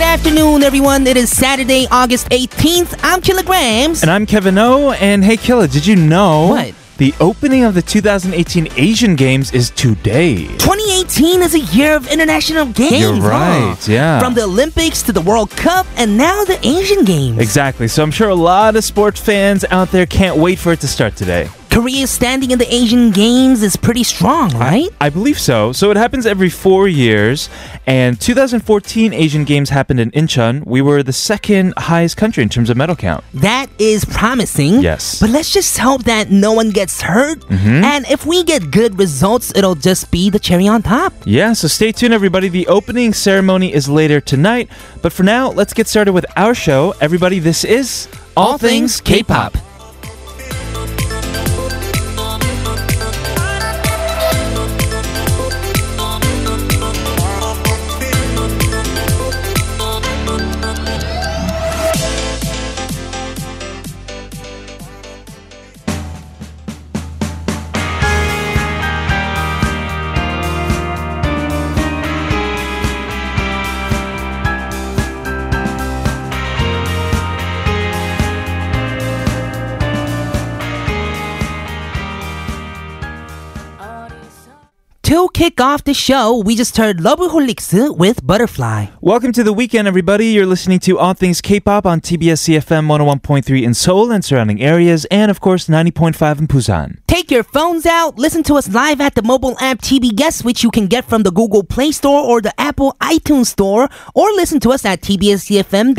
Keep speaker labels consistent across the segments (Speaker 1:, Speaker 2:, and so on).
Speaker 1: afternoon, everyone. It is Saturday, August 18th. I'm Kilograms.
Speaker 2: And I'm Kevin O. And hey, Killa, did you know
Speaker 1: What?
Speaker 2: the opening of the 2018 Asian Games is today?
Speaker 1: 2018 is a year of international games.
Speaker 2: You're
Speaker 1: huh?
Speaker 2: right, yeah.
Speaker 1: From the Olympics to the World Cup and now the Asian Games.
Speaker 2: Exactly. So I'm sure a lot of sports fans out there can't wait for it to start today.
Speaker 1: Korea's standing in the Asian Games is pretty strong, right?
Speaker 2: I believe so. So it happens every four years. And 2014 Asian Games happened in Incheon. We were the second highest country in terms of medal count.
Speaker 1: That is promising.
Speaker 2: Yes. Mm-hmm.
Speaker 1: But let's just hope that no one gets hurt. And if we get good results, it'll just be the cherry on top.
Speaker 2: Yeah, so stay tuned, everybody. The opening ceremony is later tonight. But for now, let's get started with our show. Everybody, this is
Speaker 1: All Things K-Pop. To kick off the show, we just heard Loverholics with Butterfly.
Speaker 2: Welcome to the weekend, everybody. You're listening to All Things K-Pop on TBS CFM 101.3 in Seoul and surrounding areas, and of course 90.5 in Busan.
Speaker 1: Take your phones out, listen to us live at the mobile app TB Guest, which you can get from the Google Play Store or the Apple iTunes Store, or listen to us at tbscfm.so.kr,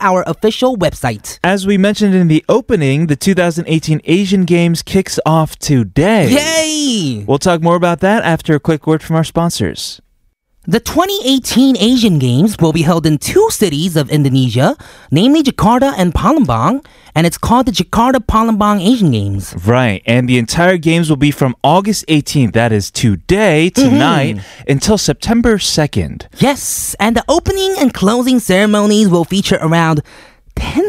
Speaker 1: our official website.
Speaker 2: As we mentioned in the opening, the 2018 Asian Games kicks off today.
Speaker 1: Yay!
Speaker 2: We'll talk more about that after a quick word from our sponsors.
Speaker 1: The 2018 Asian Games will be held in two cities of Indonesia, namely Jakarta and Palembang, and it's called the Jakarta Palembang Asian Games.
Speaker 2: Right, and the entire games will be from August 18th, that is today,
Speaker 1: Mm-hmm.
Speaker 2: tonight, until September 2nd.
Speaker 1: Yes, and the opening and closing ceremonies will feature around 10,000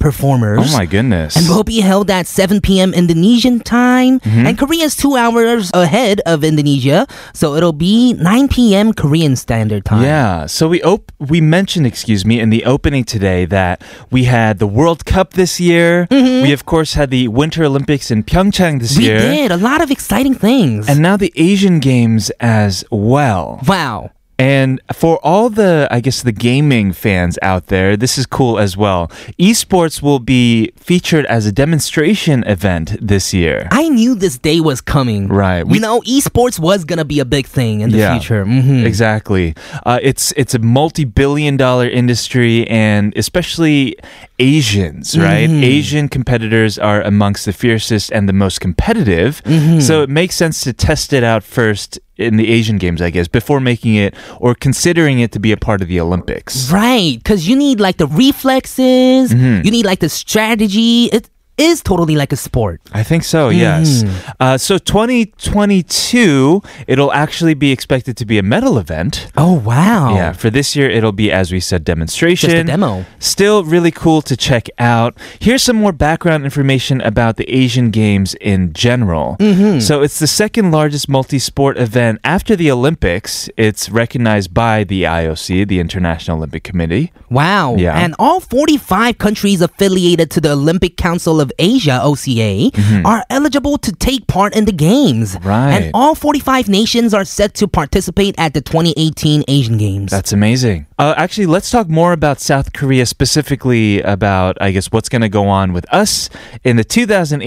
Speaker 1: performers.
Speaker 2: goodness.
Speaker 1: and will be held at 7 p.m. Indonesian time.
Speaker 2: Mm-hmm.
Speaker 1: And Korea is two hours ahead of Indonesia, so it'll be 9 p.m. Korean Standard Time.
Speaker 2: Yeah. So we op- we mentioned, excuse me, in the opening today that we had the World Cup this year. We of course had the Winter Olympics in Pyeongchang this
Speaker 1: Mm-hmm. we
Speaker 2: year,
Speaker 1: did a lot of exciting things.
Speaker 2: and now the Asian Games as well.
Speaker 1: wow.
Speaker 2: And for all the, I guess, the gaming fans out there, this is cool as well. Esports will be featured as a demonstration event this year.
Speaker 1: I knew this day was coming.
Speaker 2: Right.
Speaker 1: you
Speaker 2: We-
Speaker 1: know, esports was going to be a big thing in the future. Mhm.
Speaker 2: Exactly. Uh, it's it's a multi-billion-dollar industry, and especially Asians, right?
Speaker 1: Mm-hmm.
Speaker 2: Asian competitors are amongst the fiercest and the most competitive.
Speaker 1: Mm-hmm.
Speaker 2: So it makes sense to test it out first in the Asian Games, I guess, before making it or considering it to be a part of the Olympics.
Speaker 1: Right. Because you need like the reflexes,
Speaker 2: Mm-hmm.
Speaker 1: you need like the strategy. It is totally like a sport.
Speaker 2: I think so.
Speaker 1: Mm-hmm.
Speaker 2: Yes. Uh, so 2022, it'll actually be expected to be a medal event.
Speaker 1: Oh, wow.
Speaker 2: Yeah, for this year it'll be as we said demonstration.
Speaker 1: Just a demo.
Speaker 2: Still really cool to check out. Here's some more background information about the Asian Games in general. So it's the second largest multi-sport event after the Olympics. It's recognized by the IOC, the International Olympic Committee.
Speaker 1: Wow.
Speaker 2: Yeah.
Speaker 1: And all 45 countries affiliated to the Olympic Council of Asia, OCA, are eligible to take part in the Games.
Speaker 2: Mm-hmm. Right.
Speaker 1: And all 45 nations are set to participate at the 2018 Asian Games.
Speaker 2: That's amazing. Uh, actually, let's talk more about South Korea specifically about, I guess, what's going to go on with us in the 2018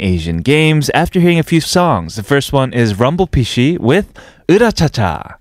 Speaker 2: Asian Games after hearing a few songs. The first one is Rumble Pishi with Urachacha.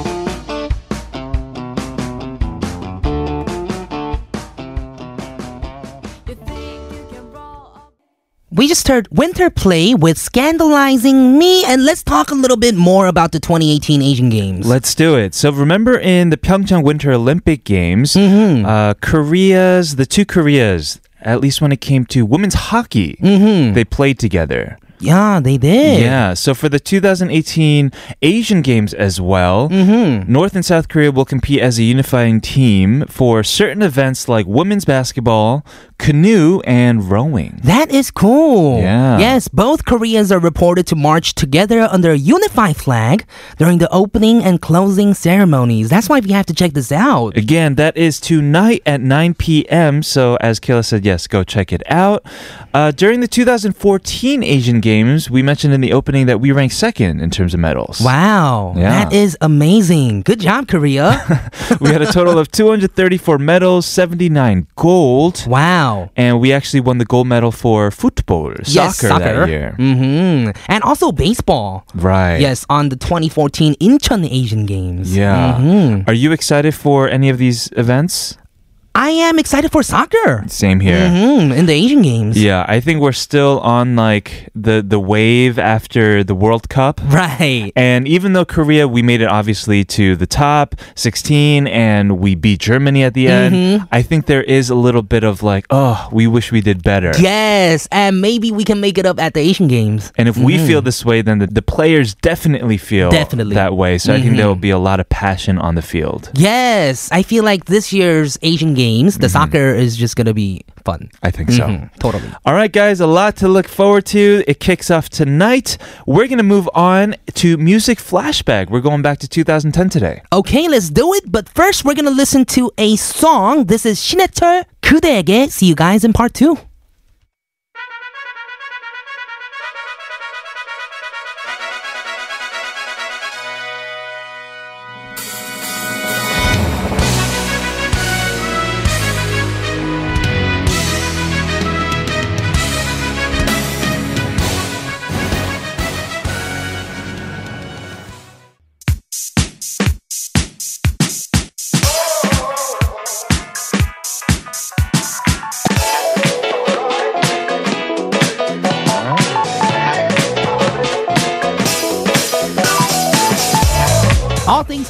Speaker 3: Ooh,
Speaker 1: we just heard Winter Play with Scandalizing Me, and let's talk a little bit more about the 2018 Asian Games.
Speaker 2: Let's do it. So remember in the Pyeongchang Winter Olympic Games, uh, Korea's the two Koreas, at least when it came to women's hockey, they played together.
Speaker 1: yeah, they did.
Speaker 2: Yeah. So for the 2018 Asian Games as well, North and South Korea will compete as a unifying team for certain events like women's basketball, canoe, and rowing.
Speaker 1: That is cool.
Speaker 2: Yeah.
Speaker 1: Yes, both Koreans are reported to march together under a unified flag during the opening and closing ceremonies. That's why we have to check this out.
Speaker 2: Again, that is tonight at 9 p.m. So, as Kayla said, yes, go check it out. Uh, during the 2014 Asian Games, we mentioned in the opening that we ranked second in terms of medals.
Speaker 1: Wow.
Speaker 2: Yeah.
Speaker 1: That is amazing. Good job, Korea.
Speaker 2: we had a total of 234 medals, 79 gold.
Speaker 1: wow.
Speaker 2: and we actually won the gold medal for football,
Speaker 1: Yes,
Speaker 2: soccer,
Speaker 1: soccer.
Speaker 2: that year.
Speaker 1: hmm And also baseball.
Speaker 2: Right.
Speaker 1: Yes, on the 2014 Incheon Asian Games.
Speaker 2: Yeah.
Speaker 1: Mm-hmm.
Speaker 2: Are you excited for any of these events?
Speaker 1: I am excited for soccer.
Speaker 2: Same here.
Speaker 1: hmm in the Asian Games.
Speaker 2: Yeah, I think we're still on like the the wave after the World Cup.
Speaker 1: Right.
Speaker 2: And even though Korea, we made it obviously to the top 16 and we beat Germany at the end, I think there is a little bit of like, oh, we wish we did better.
Speaker 1: Yes, and maybe we can make it up at the Asian Games.
Speaker 2: And if we feel this way, then the, the players definitely feel
Speaker 1: Definitely.
Speaker 2: that way. So I think there will be a lot of passion on the field.
Speaker 1: Yes, I feel like this year's Asian Games, the soccer is just gonna be fun.
Speaker 2: I think so.
Speaker 1: Mhm, Totally.
Speaker 2: All right, guys, a lot to look forward to. It kicks off tonight. We're going to move on to music flashback. We're going back to 2010 today.
Speaker 1: Okay, let's do it. But first, we're gonna listen to a song. This is 신해철 그대에게. See you guys in part two. All things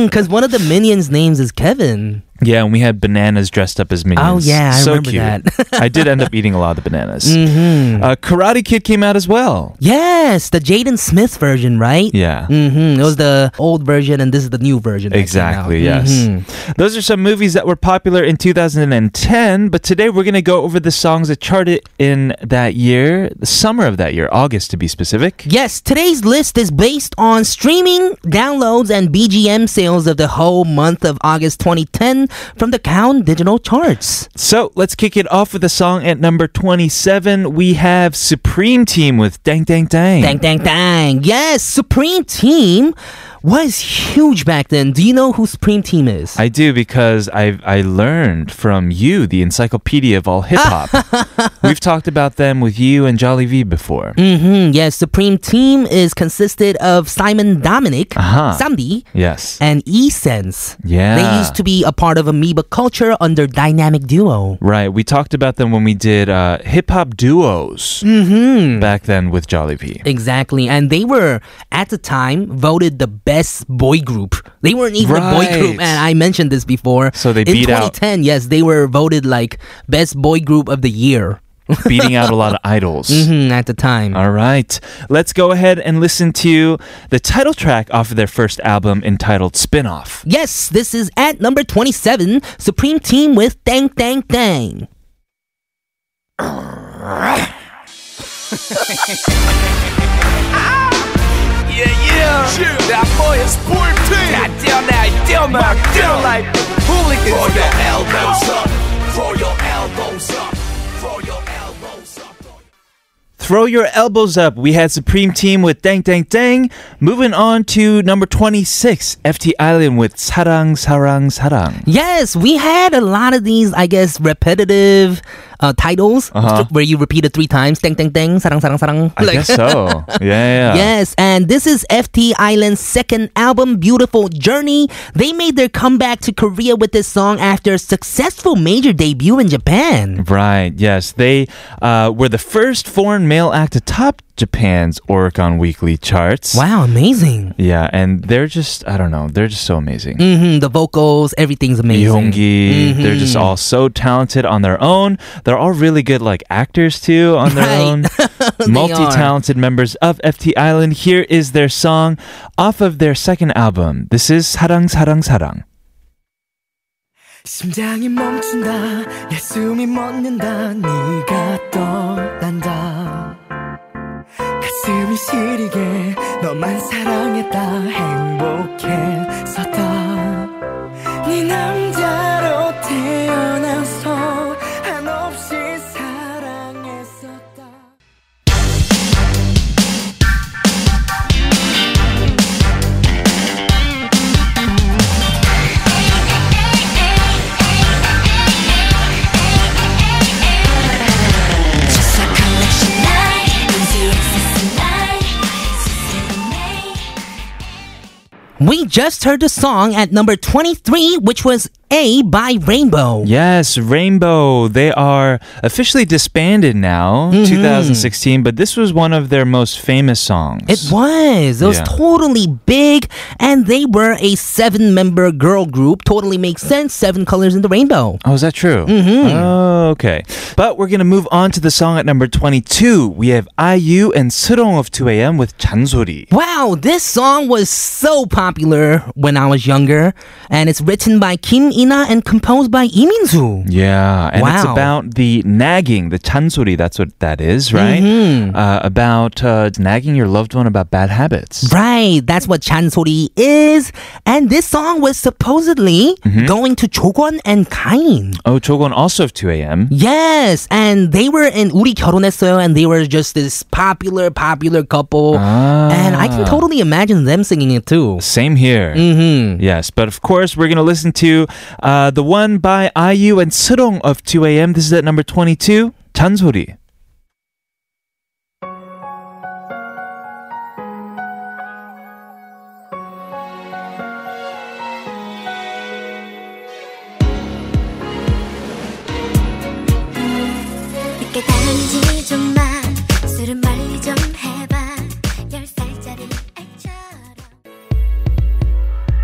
Speaker 2: Right?
Speaker 1: Because one of the minions' names is Kevin.
Speaker 2: Yeah, and we had bananas dressed up as minions.
Speaker 1: Oh, yeah, I
Speaker 2: so
Speaker 1: remember
Speaker 2: cute.
Speaker 1: that. Mm. Mm-hmm.
Speaker 2: I did end up eating a lot of the bananas. Uh, Karate Kid came out as well.
Speaker 1: Yes, the Jaden Smith version, right?
Speaker 2: Yeah.
Speaker 1: hmm It was the old version, and this is the new version. that came
Speaker 2: Exactly,
Speaker 1: out.
Speaker 2: yes.
Speaker 1: Mhm.
Speaker 2: Mm-hmm. Those are some movies that were popular in 2010, but today we're going to go over the songs that charted in that year, the summer of that year, August to be specific.
Speaker 1: Yes, today's list is based on streaming downloads and BGM sales of the whole month of August 2010 from the Count Digital Charts.
Speaker 2: So let's kick it off with a song at number 27. We have Supreme Team with Dang Dang Dang.
Speaker 1: Dang, dang, dang. Yes, Supreme Team was huge back then. Do you know who Supreme Team is?
Speaker 2: I do because I I learned from you, the encyclopedia of all hip hop. We've talked about them with you and Jolly V before.
Speaker 1: hmm Yes, Supreme Team is consisted of Simon Dominic,
Speaker 2: Uh-huh.
Speaker 1: Sandy,
Speaker 2: Yes.
Speaker 1: and Essence.
Speaker 2: Yeah.
Speaker 1: They used to be a part of Amoeba Culture under Dynamic Duo.
Speaker 2: Right. We talked about them when we did uh, hip hop duos mm-hmm. back then with Jolly V.
Speaker 1: Exactly. And they were, at the time, voted the best boy group. They weren't even a boy group.
Speaker 2: Right.
Speaker 1: And I mentioned this before.
Speaker 2: So they
Speaker 1: In
Speaker 2: beat out-
Speaker 1: 2010, yes, they were voted like best boy group of the year
Speaker 2: beating out a lot of idols.
Speaker 1: Mhm, at the time.
Speaker 2: All right. Let's go ahead and listen to the title track off of their first album entitled Spinoff.
Speaker 1: Yes, this is at number 27, Supreme Team with Dang Dang Dang.
Speaker 3: Yeah, yeah. Shoot. That boy is 14. Now down, now down, now down like hooligans. Throw your elbows up. Throw your elbows up. Throw your elbows up.
Speaker 2: Throw your elbows up. We had Supreme Team with Dang Dang Dang. Moving on to number 26, FT Island with Sarang Sarang Sarang.
Speaker 1: Yes, we had a lot of these, I guess, repetitive uh, titles where you repeat it three times. Dang Dang Dang, sarang sarang sarang.
Speaker 2: Uh-huh. I guess so. Yeah, yeah.
Speaker 1: Yes, and this is FT Island's second album, Beautiful Journey. They made their comeback to Korea with this song after a successful major debut in Japan.
Speaker 2: Right. Yes, they uh, were the first foreign male act to top Japan's Oricon Weekly charts.
Speaker 1: Wow, amazing.
Speaker 2: Yeah, and they're just—I don't know—they're just so amazing.
Speaker 1: hmm the vocals, everything's amazing. Mm-hmm.
Speaker 2: Yoongi, they're just all so talented on their own. They're all really good, like actors too, on their
Speaker 1: Right.
Speaker 2: own. Multi-talented members of FT Island. Here is their song off of their second album. This is 사랑 사랑 사랑.
Speaker 4: 심장이 멈춘다 내 숨이 멎는다 네가 떠난다 가슴이 시리게 너만 사랑했다 행복했었다 네 남자로 태어나서 한없이 사랑했었다
Speaker 5: Just a collection night, easy access tonight. System made.
Speaker 1: We just heard the song at number 23, which was A by Rainbow.
Speaker 2: Yes, Rainbow. They are officially disbanded now,
Speaker 1: Mm-hmm.
Speaker 2: 2016, but this was one of their most famous songs.
Speaker 1: It was. It was
Speaker 2: Yeah.
Speaker 1: totally big, and they were a seven member girl group. Totally makes sense. Seven colors in the rainbow.
Speaker 2: Oh, is that true? Mm-hmm. Oh, okay. But we're going to move on to the song at number 22. We have IU and Surong of 2AM with 잔소리.
Speaker 1: Wow, this song was so popular when I was younger, and it's written by Kim Ina and composed by Lee Min-soo.
Speaker 2: Yeah, and it's
Speaker 1: Wow.
Speaker 2: about the nagging, the chansori, that's what that is, right?
Speaker 1: Mm-hmm.
Speaker 2: Uh, about uh, nagging your loved one about bad habits.
Speaker 1: Right, that's what chansori is, and this song was supposedly going to Chogon and Kain.
Speaker 2: Oh, Chogon also of 2AM.
Speaker 1: Yes, and they were in 우리 결혼했어요, and they were just this popular, popular couple, and I
Speaker 2: Ah.
Speaker 1: can totally imagine them singing it too.
Speaker 2: Same here. Mm-hmm. Yes, but of course, we're going to listen to uh, the one by IU and Surong of 2AM. This is at number 22, 잔소리.
Speaker 5: 늦게 다니지 좀 마. 술은 멀리 좀 해봐. 열 살짜리 애처럼.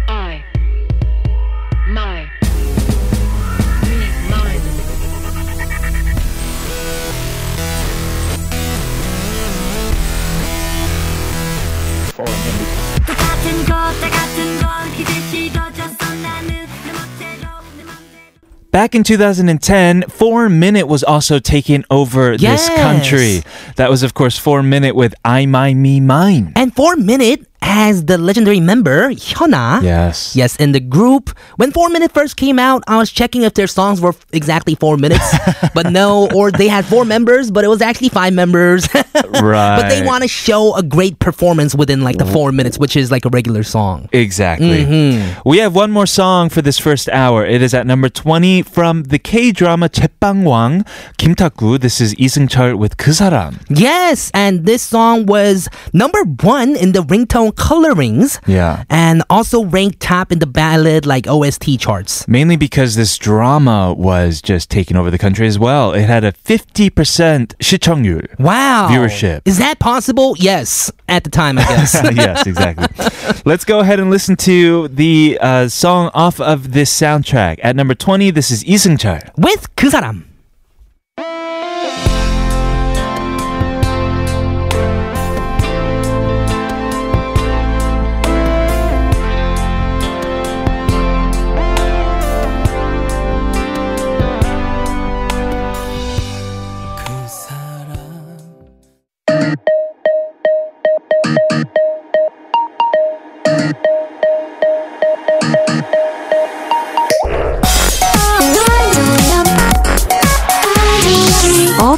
Speaker 6: I. My.
Speaker 2: Back in 2010, 4 Minute was also taking over
Speaker 1: Yes.
Speaker 2: this country. That was, of course, 4 Minute with I, My, Me, Mine.
Speaker 1: And for Minute has the legendary member Hyuna.
Speaker 2: Yes.
Speaker 1: Yes, in the group. When 4 Minute first came out, I was checking if their songs were exactly 4 minutes, but no, or they had 4 members, but it was actually 5 members.
Speaker 2: Right.
Speaker 1: but they want to show a great performance within like the 4 minutes, which is like a regular song.
Speaker 2: Exactly.
Speaker 1: Mm-hmm.
Speaker 2: We have one more song for this first hour. It is at number 20 from the K drama 제빵왕 Kim Tak-gu. This is 이승철 with 그 사람.
Speaker 1: Yes, and this song was number 1 in the ringtone colorings.
Speaker 2: Yeah.
Speaker 1: And also ranked top in the ballad like OST charts.
Speaker 2: Mainly because this drama was just taking over the country as well. It had a 50% 시청률.
Speaker 1: Wow.
Speaker 2: Viewership.
Speaker 1: Is that possible? Yes, at the time, I guess.
Speaker 2: yes, exactly. Let's go ahead and listen to the uh, song off of this soundtrack. At number 20, this is 이승철.
Speaker 1: With 그 사람.
Speaker 6: All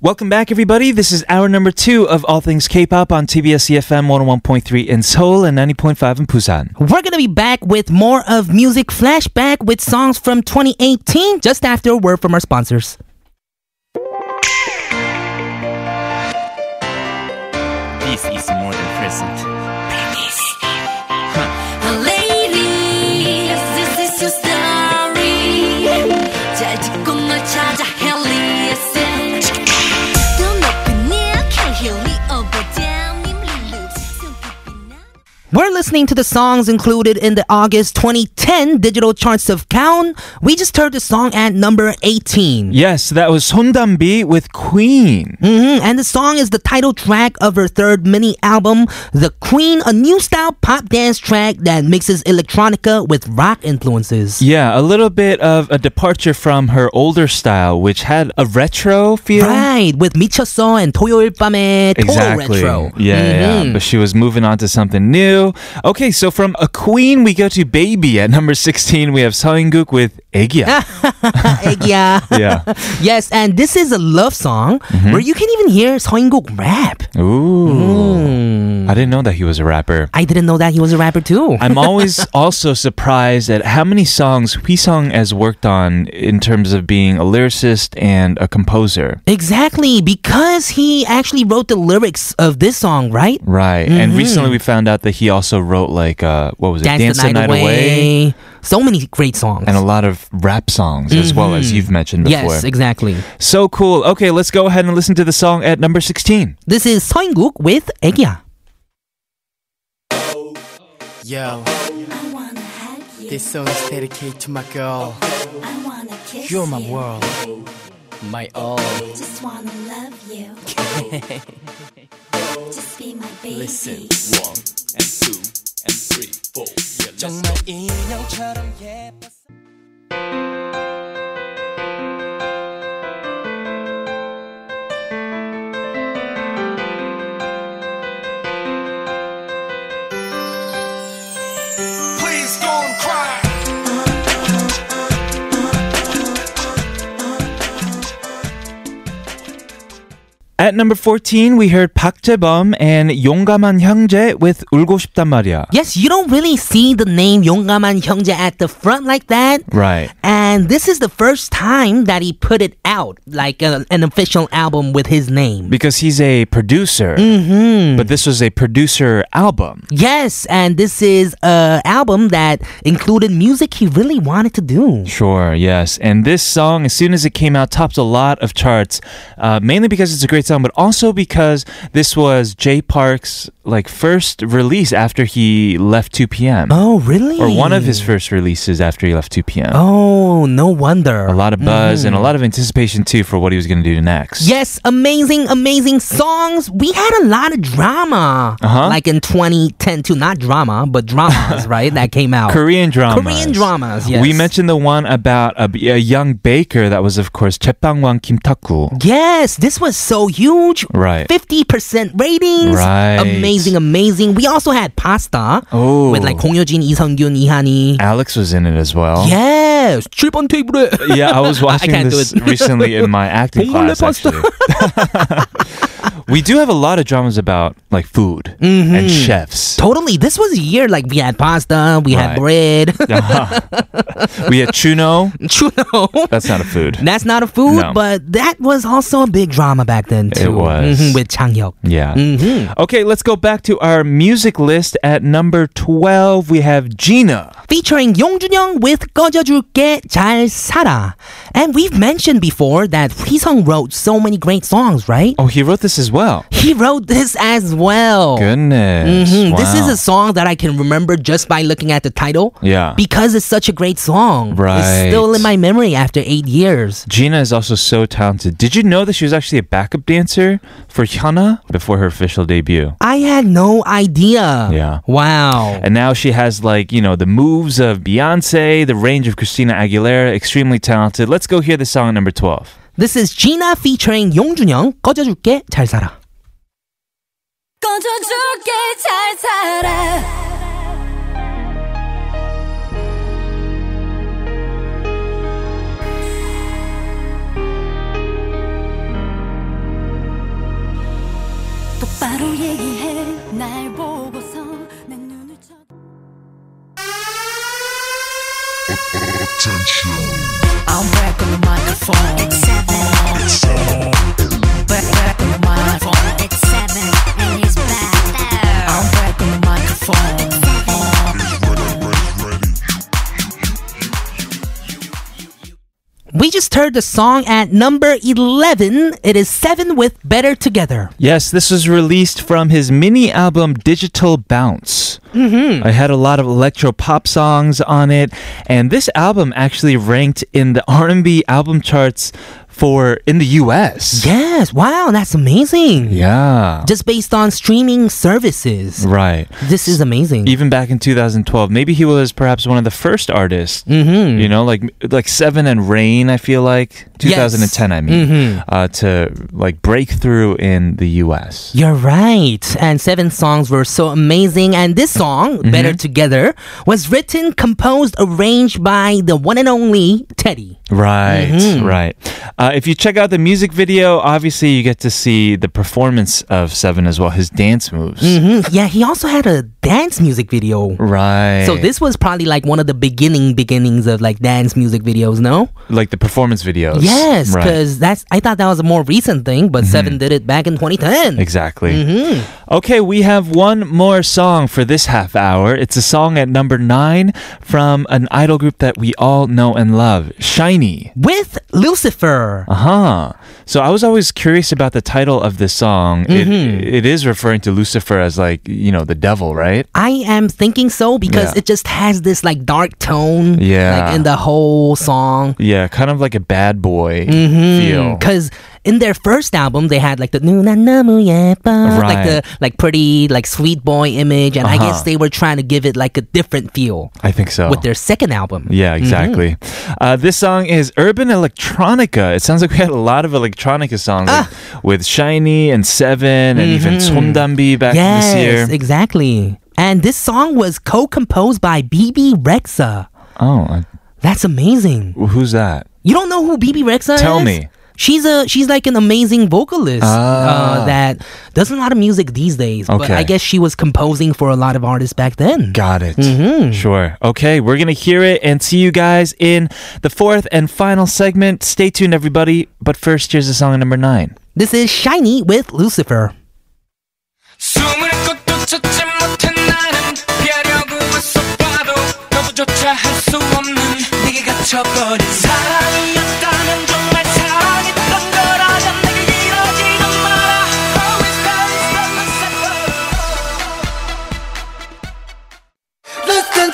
Speaker 2: Welcome back, everybody. This is hour number two of All Things K-Pop on TBS EFM 101.3 in Seoul and 90.5 in Busan.
Speaker 1: We're going to be back with more of Music Flashback with songs from 2018 just after a word from our sponsors.
Speaker 7: This is more than present.
Speaker 1: We're listening to the songs included in the August 2010 digital charts of Count. We just heard the song at number 18.
Speaker 2: Yes, that was Sondambi with Queen.
Speaker 1: hmm And the song is the title track of her third mini album, The Queen, a new style pop dance track that mixes electronica with rock influences.
Speaker 2: Yeah, a little bit of a departure from her older style, which had a retro feel.
Speaker 1: Right, with Michoso and Toyoil Bame,
Speaker 2: Exactly.
Speaker 1: Retro.
Speaker 2: Yeah, yeah,
Speaker 1: Mhm.
Speaker 2: but she was moving on to something new. Okay, so from a queen, we go to baby at number sixteen. We have Seoingguk with Egya.
Speaker 1: yeah.
Speaker 2: yeah. Mm-hmm.
Speaker 1: Yes, and this is a love song where you can even hear Seoingguk rap. Mm.
Speaker 2: Ooh. I didn't know that he was a rapper.
Speaker 1: I didn't know that he was a rapper too.
Speaker 2: I'm always also surprised at how many songs Huisong has worked on in terms of being a lyricist and a composer.
Speaker 1: exactly, because he actually wrote the lyrics of this song, right?
Speaker 2: Right.
Speaker 1: Mm-hmm.
Speaker 2: And recently we found out that he also wrote like uh what was it?
Speaker 1: Dance, the Night, away. So many great songs.
Speaker 2: And a lot of rap songs as well as you've mentioned before.
Speaker 1: Mm-hmm. yes, exactly.
Speaker 2: So cool. Okay, let's go ahead and listen to the song at number 16.
Speaker 1: This is Seoingguk with Egya.
Speaker 4: Yo, this song is dedicated to my girl. You're my world, my all.
Speaker 5: Just wanna love you. Just be my baby.
Speaker 4: Listen. 정말 인형처럼 예뻐.
Speaker 3: Please don't cry.
Speaker 2: At number 14, we heard Park Jae-bum and 용감한 형제 with 울고 싶단 말이야.
Speaker 1: Yes, you don't really see the name Yongaman Hyungjae at the front like that.
Speaker 2: Right.
Speaker 1: And this is the first time that he put it out, like uh, an official album with his name.
Speaker 2: Because he's a producer.
Speaker 1: Mm-hmm.
Speaker 2: But this was a producer album.
Speaker 1: Yes, and this is a album that included music he really wanted to do.
Speaker 2: Sure, yes. And this song, as soon as it came out, topped a lot of charts, uh, mainly because it's a great song, but also because this was Jay Park's like first release after he left 2 p.m.
Speaker 1: Oh, really?
Speaker 2: Or one of his first releases after he left 2 p.m.
Speaker 1: Oh, no wonder.
Speaker 2: A lot of buzz and
Speaker 1: Mm.
Speaker 2: a lot of anticipation too for what he was going to do next.
Speaker 1: Yes, amazing, amazing songs. We had a lot of drama,
Speaker 2: Uh-huh.
Speaker 1: like in 2010 too. Not drama, but dramas, right? That came out.
Speaker 2: Korean dramas.
Speaker 1: Korean dramas, yes.
Speaker 2: We mentioned the one about a, a young baker that was, of course, Chepangwang Kim Taku.
Speaker 1: Yes, this was so huge.
Speaker 2: Right.
Speaker 1: 50% ratings.
Speaker 2: Right.
Speaker 1: Amazing, amazing. We also had pasta
Speaker 2: Oh.
Speaker 1: with like Hong Yojin, Lee Sung Gyun, Ihani.
Speaker 2: Alex was in it as well.
Speaker 1: Yes, chip on table.
Speaker 2: Yeah, I was watching
Speaker 1: can't do
Speaker 2: this
Speaker 1: it.
Speaker 2: recently in my acting
Speaker 1: Bongole
Speaker 2: class.
Speaker 1: pasta.
Speaker 2: Actually. we do have a lot of dramas about like food
Speaker 1: Mm-hmm.
Speaker 2: and chefs.
Speaker 1: Totally. This was a year like we had pasta, we had bread.
Speaker 2: we had Chuno.
Speaker 1: Chuno.
Speaker 2: That's not a food.
Speaker 1: That's not a food,
Speaker 2: No.
Speaker 1: but that was also a big drama back then
Speaker 2: It
Speaker 1: too.
Speaker 2: was.
Speaker 1: Mhm, with Chang Hyuk.
Speaker 2: Yeah.
Speaker 1: Mm-hmm.
Speaker 2: Okay, let's go back to our music list. At number 12, we have Gina.
Speaker 1: featuring Yong Junyoung with 꺼져줄게 잘 살아. And we've mentioned before that Hui-sung wrote so many great songs, right?
Speaker 2: Oh, he wrote this as well.
Speaker 1: He wrote this as well.
Speaker 2: Goodness.
Speaker 1: Mhm. This
Speaker 2: Wow.
Speaker 1: is a song that I can remember just by looking at the title.
Speaker 2: Yeah.
Speaker 1: Because it's such a great song.
Speaker 2: Right.
Speaker 1: It's still in my memory after eight years.
Speaker 2: Gina is also so talented. Did you know that she was actually a backup dancer for Hyuna before her official debut?
Speaker 1: I had no idea.
Speaker 2: Yeah.
Speaker 1: Wow.
Speaker 2: And now she has like, you know, the moves of Beyonce, the range of Christina Aguilera, extremely talented. Let's go hear the song at number 12.
Speaker 1: this is Gina featuring Yong Junyoung. 꺼져줄게 잘 살아.
Speaker 5: 꺼져줄게 잘 살아 똑바로 얘기해 날 보고서 내 눈을 쳐
Speaker 8: I'm back on the microphone. It's seven. Back, back on the microphone.
Speaker 9: It's seven and he's back
Speaker 8: I'm back on the microphone.
Speaker 1: We just heard the song at number 11. It is 7 with Better Together.
Speaker 2: Yes, this was released from his mini album Digital Bounce. Mm-hmm. I had a lot of electro pop songs on it, and this album actually ranked in the R&B album charts for in the US.
Speaker 1: Yes, wow, that's amazing.
Speaker 2: Yeah.
Speaker 1: Just based on streaming services.
Speaker 2: Right.
Speaker 1: This is amazing.
Speaker 2: Even back in 2012, maybe he was perhaps one of the first artists. Mm-hmm. You know, like like Seven and Rain. I feel like 2010. I mean, uh, to like break through in the U.S.
Speaker 1: You're right. And seven songs were so amazing. And this song,
Speaker 2: Mm-hmm.
Speaker 1: Better Together, was written, composed, arranged by the one and only Teddy.
Speaker 2: Right,
Speaker 1: Mm-hmm.
Speaker 2: right. Uh, if you check out the music video, obviously you get to see the performance of Seven as well, his dance moves.
Speaker 1: Mhm. yeah, he also had a dance music video.
Speaker 2: Right.
Speaker 1: So this was probably like one of the beginning beginnings of like dance music videos, no?
Speaker 2: like the performance videos.
Speaker 1: Yes,
Speaker 2: Right. Mm-hmm.
Speaker 1: because that's I thought that was a more recent thing, but Seven did it back in 2010.
Speaker 2: Exactly.
Speaker 1: Mm-hmm.
Speaker 2: Okay, we have one more song for this half hour. It's a song at number nine from an idol group that we all know and love, Shiny.
Speaker 1: With Lucifer.
Speaker 2: Uh huh. So I was always curious about the title of this song.
Speaker 1: Mm-hmm.
Speaker 2: It, it is referring to Lucifer as, like, you know, the devil, right?
Speaker 1: I am thinking so because
Speaker 2: Yeah.
Speaker 1: it just has this like dark tone
Speaker 2: Yeah.
Speaker 1: like in the whole song.
Speaker 2: Yeah, kind of like a bad boy
Speaker 1: Mm-hmm.
Speaker 2: feel.
Speaker 1: Cuz in their first album they had like the "누나 너무 예뻐," like
Speaker 2: Right.
Speaker 1: the like pretty like sweet boy image and I
Speaker 2: Uh-huh. Oh.
Speaker 1: guess they were trying to give it like a different feel
Speaker 2: I think so.
Speaker 1: with their Mm-hmm. second album.
Speaker 2: yeah, exactly. Uh, this song is Urban Electronica. It sounds like we had a lot of electronica songs
Speaker 1: Ah.
Speaker 2: like, with Shiny and Seven and even Sondambi back
Speaker 1: Mm-hmm. Yes,
Speaker 2: this year.
Speaker 1: exactly. And this song was co-composed by BB Rexa.
Speaker 2: oh, I-
Speaker 1: That's amazing.
Speaker 2: wh- who's that?
Speaker 1: You don't know who BB Rexa is?
Speaker 2: Tell me.
Speaker 1: She's a she's like an amazing vocalist
Speaker 2: Ah.
Speaker 1: uh, that does a lot of music these days. But
Speaker 2: Okay.
Speaker 1: I guess she was composing for a lot of artists back then.
Speaker 2: Got it.
Speaker 1: Mm-hmm.
Speaker 2: Sure. Okay, we're going to hear it and see you guys in the fourth and final segment. Stay tuned, everybody. But first, here's the song at number nine.
Speaker 1: This is Shiny with Lucifer.
Speaker 3: 숨을 것도 찾지 못한 나는 피하려고 애써봐도 너부조차 할 수 없는 네게 갇혀버린 사랑이었다면 정말 사랑했던 거라면 내게 이러지는 말아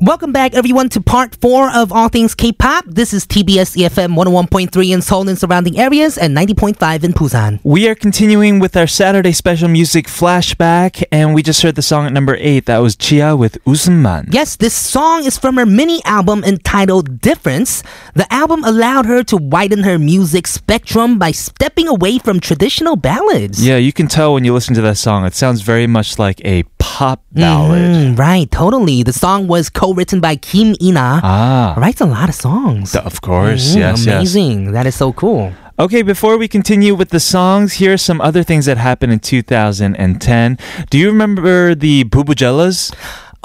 Speaker 1: Welcome back, everyone, to part four of All Things K-pop. This is TBS EFM 101.3 in Seoul and surrounding areas, and 90.5 in Busan.
Speaker 2: We are continuing with our Saturday special music flashback, and we just heard the song at number eight. That was Chia with Usman.
Speaker 1: Yes, this song is from her mini album entitled Difference. The album allowed her to widen her music spectrum by stepping away from traditional ballads.
Speaker 2: Yeah, you can tell when you listen to that song. It sounds very much like a pop ballad.
Speaker 1: Mm, right, totally. The song was co-written by Kim Ina.
Speaker 2: Ah,
Speaker 1: Writes a lot of songs.
Speaker 2: of course.
Speaker 1: Mm,
Speaker 2: yes, yes.
Speaker 1: amazing. That is so cool.
Speaker 2: Okay, before we continue with the songs, here are some other things that happened in 2010. Do you remember the Bubujelas?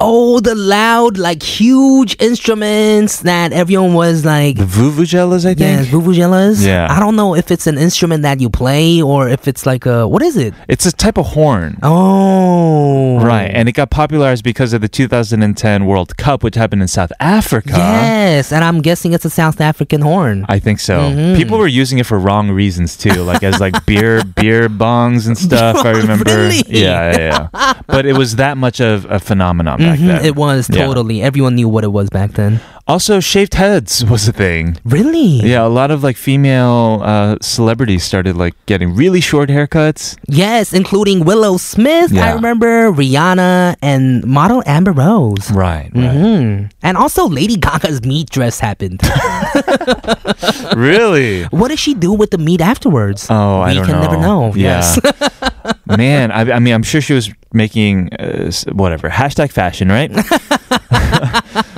Speaker 1: Oh, the loud, like huge instruments that everyone was like,
Speaker 2: The Vuvujelas, I
Speaker 1: yes,
Speaker 2: think?
Speaker 1: vuvuzelas.
Speaker 2: Yeah.
Speaker 1: I don't know if it's an instrument that you play or if it's like a what is it?
Speaker 2: It's a type of horn.
Speaker 1: Oh,
Speaker 2: Right, and it got popularized because of the 2010 World Cup, which happened in South Africa.
Speaker 1: Yes, and I'm guessing it's a South African horn.
Speaker 2: uh, I think so. People were using it for wrong reasons too, like as like beer beer bongs and stuff. I remember.
Speaker 1: Really?
Speaker 2: Yeah, yeah, yeah. but it was that much of a phenomenon back
Speaker 1: Mhm,
Speaker 2: then.
Speaker 1: It was
Speaker 2: Yeah.
Speaker 1: totally. Everyone knew what it was back then.
Speaker 2: Also, shaved heads was a thing.
Speaker 1: Really?
Speaker 2: Yeah, a lot of like female uh, celebrities started like getting really short haircuts.
Speaker 1: Yes, including Willow Smith. I
Speaker 2: Yeah.
Speaker 1: remember Rihanna and model Amber Rose.
Speaker 2: Right, right.
Speaker 1: hmm And also Lady Gaga's meat dress happened.
Speaker 2: really.
Speaker 1: what did she do with the meat afterwards?
Speaker 2: Oh, I
Speaker 1: We
Speaker 2: don't
Speaker 1: can
Speaker 2: know.
Speaker 1: never know.
Speaker 2: Yeah.
Speaker 1: Yes.
Speaker 2: Man, I, I mean, I'm sure she was making uh, s- whatever hashtag fashion, right?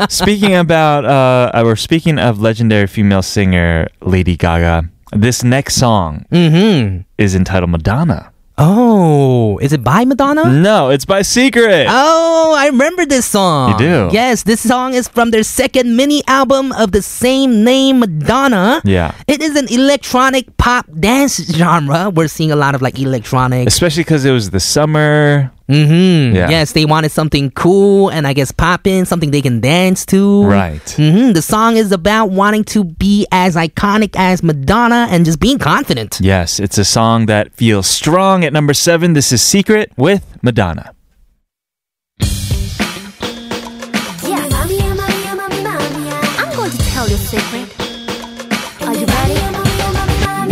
Speaker 2: speaking about, uh, uh, we're speaking of legendary female singer Lady Gaga. This next song
Speaker 1: hmm
Speaker 2: is entitled Madonna.
Speaker 1: Oh, is it by Madonna?
Speaker 2: No, it's by Secret.
Speaker 1: Oh, I remember this song.
Speaker 2: You do?
Speaker 1: Yes, this song is from their second mini album of the same name, Madonna.
Speaker 2: Yeah.
Speaker 1: It is an electronic pop dance genre. We're seeing a lot of like electronic.
Speaker 2: Especially because it was the summer.
Speaker 1: Mm-hmm.
Speaker 2: Yeah.
Speaker 1: Yes, they wanted something cool and I guess poppin', something they can dance to.
Speaker 2: Right.
Speaker 1: hmm The song is about wanting to be as iconic as Madonna and just being confident.
Speaker 2: Yes, it's a song that feels strong at number seven. This is Secret with Madonna.
Speaker 5: Yeah, Maria, Maria, Maria, Maria. I'm going to tell you a secret. Are you ready? Ma,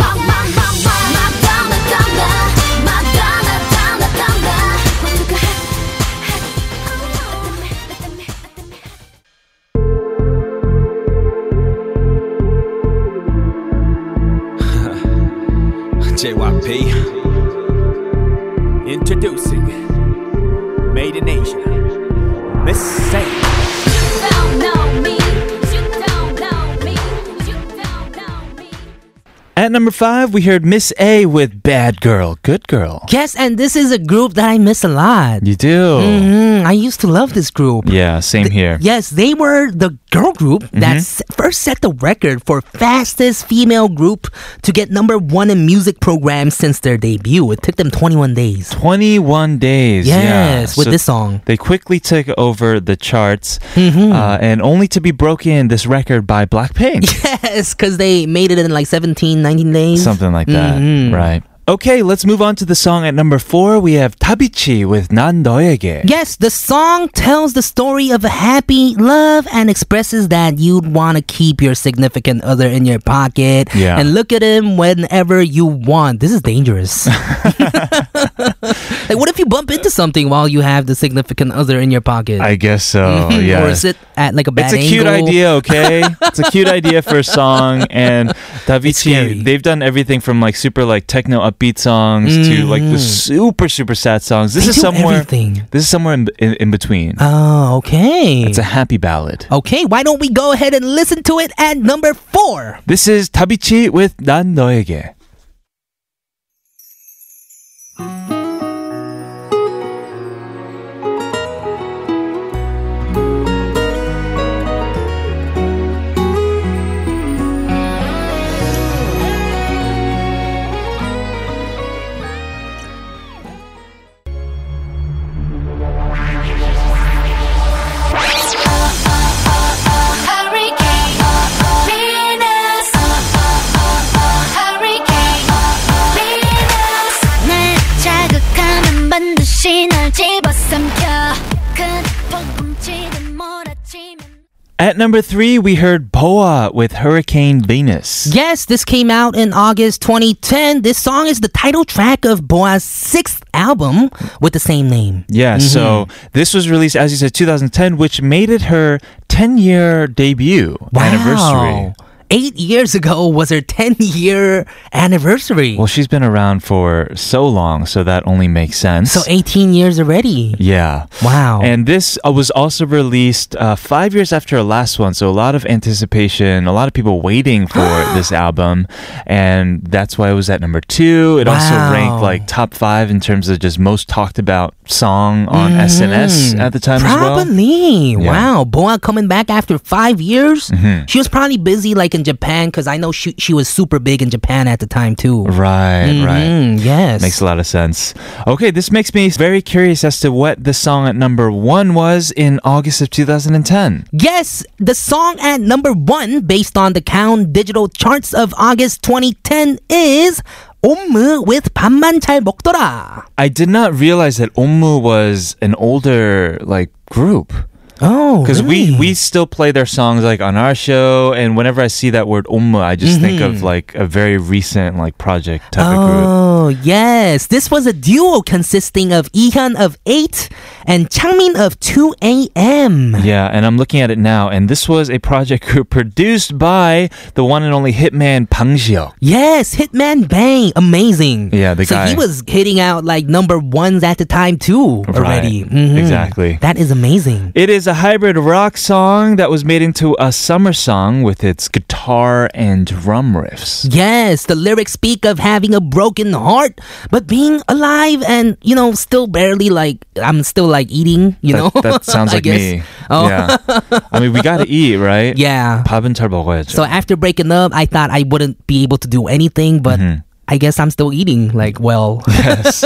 Speaker 5: ma, ma, ma, Madonna, Madonna, Madonna, Madonna, Madonna. Want to go ahead, ahead. Oh, let them, let them, let them.
Speaker 3: JYP. Introducing Made in Asia. Miss Saint.
Speaker 5: You don't know me. You don't know me. You don't know me.
Speaker 2: At number five, we heard Miss A with Bad Girl, Good Girl.
Speaker 1: Yes, and this is a group that I miss a lot.
Speaker 2: You do.
Speaker 1: hmm I used to love this group.
Speaker 2: Yeah, same here.
Speaker 1: Yes, they were the girl group that
Speaker 2: Mm-hmm.
Speaker 1: s- first set the record for fastest female group to get number one in music programs since their debut. It took them 21 days.
Speaker 2: 21 days. yeah.
Speaker 1: Yes, with this song. Mm-hmm.
Speaker 2: They quickly took over the charts, uh, and only to be broken this record by Blackpink.
Speaker 1: Yes, because they made it in like 17, 19 days.
Speaker 2: Something like that.
Speaker 1: Mm-hmm.
Speaker 2: Right. Okay, let's move on to the song at number four. We have Tabichi with 난 너에게.
Speaker 1: Yes, the song tells the story of a happy love and expresses that you'd want to keep your significant other in your pocket
Speaker 2: Yeah.
Speaker 1: and look at him whenever you want. This is dangerous. like, what if you bump into something while you have the significant other in your pocket? Mm-hmm.
Speaker 2: I guess so. yeah.
Speaker 1: Or is it at like a bad
Speaker 2: It's a cute
Speaker 1: angle?
Speaker 2: idea, okay? it's a cute idea for a song, and
Speaker 1: scary.
Speaker 2: Davichi, they've done everything from like super like techno up upbeat songs to like the super super sad songs. This
Speaker 1: Mm. They
Speaker 2: is
Speaker 1: do
Speaker 2: somewhere.
Speaker 1: everything.
Speaker 2: This is somewhere in, in, in between.
Speaker 1: Oh, okay.
Speaker 2: it's a happy ballad.
Speaker 1: okay, why don't we go ahead and listen to it at number four?
Speaker 2: This is Tabichi with 난 너에게.
Speaker 9: Hurricane Venus. Hurricane Venus. 날 자극하면 반드시 날 집어삼켜. 큰 폭풍치를 몰아치면.
Speaker 2: At number three, we heard Boa with Hurricane Venus.
Speaker 1: Yes, this came out in August 2010. This song is the title track of Boa's sixth album with the same name.
Speaker 2: Yeah, so this was released, as you said, 2010, which made it her 10 year debut anniversary.
Speaker 1: Eight years ago was her 10 year anniversary.
Speaker 2: Well, she's been around for so long, so that only makes sense.
Speaker 1: so 18 years already.
Speaker 2: yeah.
Speaker 1: Wow.
Speaker 2: And this uh, was also released uh, five years after her last one, so a lot of anticipation, a lot of people waiting for this album, and that's why it was at number two. It also
Speaker 1: Wow.
Speaker 2: ranked like top five in terms of just most talked about song on SNS at the time as well.
Speaker 1: Mm-hmm. Probably.
Speaker 2: Yeah. Mm-hmm.
Speaker 1: Wow. Boa coming back after five years. She was probably busy like in Japan because I know she, she was super big in Japan at the time too.
Speaker 2: Right, right.
Speaker 1: Mm, yes.
Speaker 2: Makes a lot of sense. Okay, this makes me very curious as to what the song at number one was in August of 2010.
Speaker 1: Yes, the song at number one, based on the Count digital charts of August 2010, is Omu with 밥만 잘 먹더라.
Speaker 2: I did not realize that Omu was an older like group
Speaker 1: Oh,
Speaker 2: because we we still play their songs like on our show, and whenever I see that word Omu, I just think of like a very recent like project type of group.
Speaker 1: Mm-hmm. Oh, yes. This was a duo consisting of Ihan of 8 and Changmin of 2 a.m.
Speaker 2: Yeah, and I'm looking at it now, and this was a project group produced by the one and only hitman Bang Jiok.
Speaker 1: Yes, Hitman Bang. Amazing.
Speaker 2: Yeah, the
Speaker 1: so
Speaker 2: guy.
Speaker 1: he was hitting out like number ones at the time too already.
Speaker 2: Right,
Speaker 1: Mhm.
Speaker 2: exactly.
Speaker 1: That is amazing.
Speaker 2: It is a hybrid rock song that was made into a summer song with its guitar and drum riffs.
Speaker 1: Yes, the lyrics speak of having a broken heart, but being alive and, you know, still barely like, I'm still like eating, you know?
Speaker 2: That, that sounds
Speaker 1: I
Speaker 2: like
Speaker 1: guess.
Speaker 2: me.
Speaker 1: Oh.
Speaker 2: Yeah. I mean, we gotta eat, right?
Speaker 1: Yeah.
Speaker 2: 밥은 잘 먹어야죠.
Speaker 1: So after breaking up, I thought I wouldn't be able to do anything, but
Speaker 2: Mm-hmm.
Speaker 1: I guess I'm still eating like well.
Speaker 2: Yes.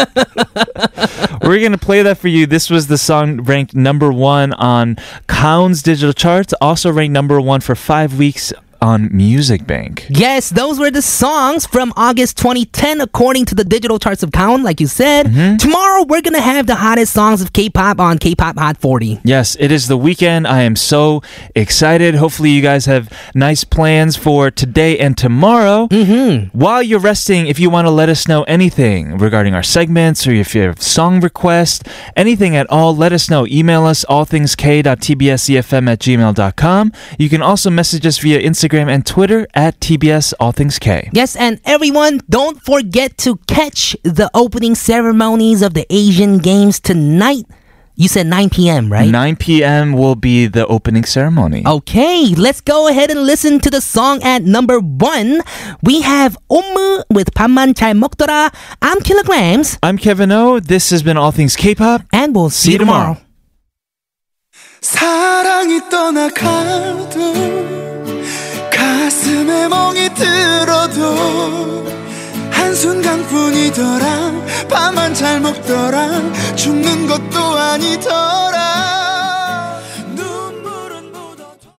Speaker 2: We're going to play that for you. This was the song ranked number one on Kaun's digital charts, also ranked number one for five weeks on Music Bank.
Speaker 1: yes, those were the songs from August 2010 according to the digital charts of Count, like you said.
Speaker 2: Mm-hmm.
Speaker 1: Tomorrow we're gonna have the hottest songs of K-pop on K-pop Hot 40.
Speaker 2: Yes, it is the weekend. I am so excited. Hopefully, you guys have nice plans for today and tomorrow. Mm-hmm. While you're resting, if you want to let us know anything regarding our segments or if you have song requests, anything at all, let us know. Email us allthingsk.tbscfm E at gmail.com. You can also message us via Instagram and Twitter at TBS All Things K.
Speaker 1: Yes, and everyone, don't forget to catch the opening ceremonies of the Asian Games tonight. You said 9 p.m., right? Oh.
Speaker 2: 9 p.m. will be the opening ceremony.
Speaker 1: Okay, let's go ahead and listen to the song at number one. We have Omu with 밥만 잘 먹더라. I'm Kilograms,
Speaker 2: I'm Kevin O. This has been All Things K-Pop.
Speaker 1: and we'll see, you tomorrow.
Speaker 10: 사랑이 떠나가도 가슴에 멍이 들어도 한순간뿐이더라 밥만 잘 먹더라 죽는 것도 아니더라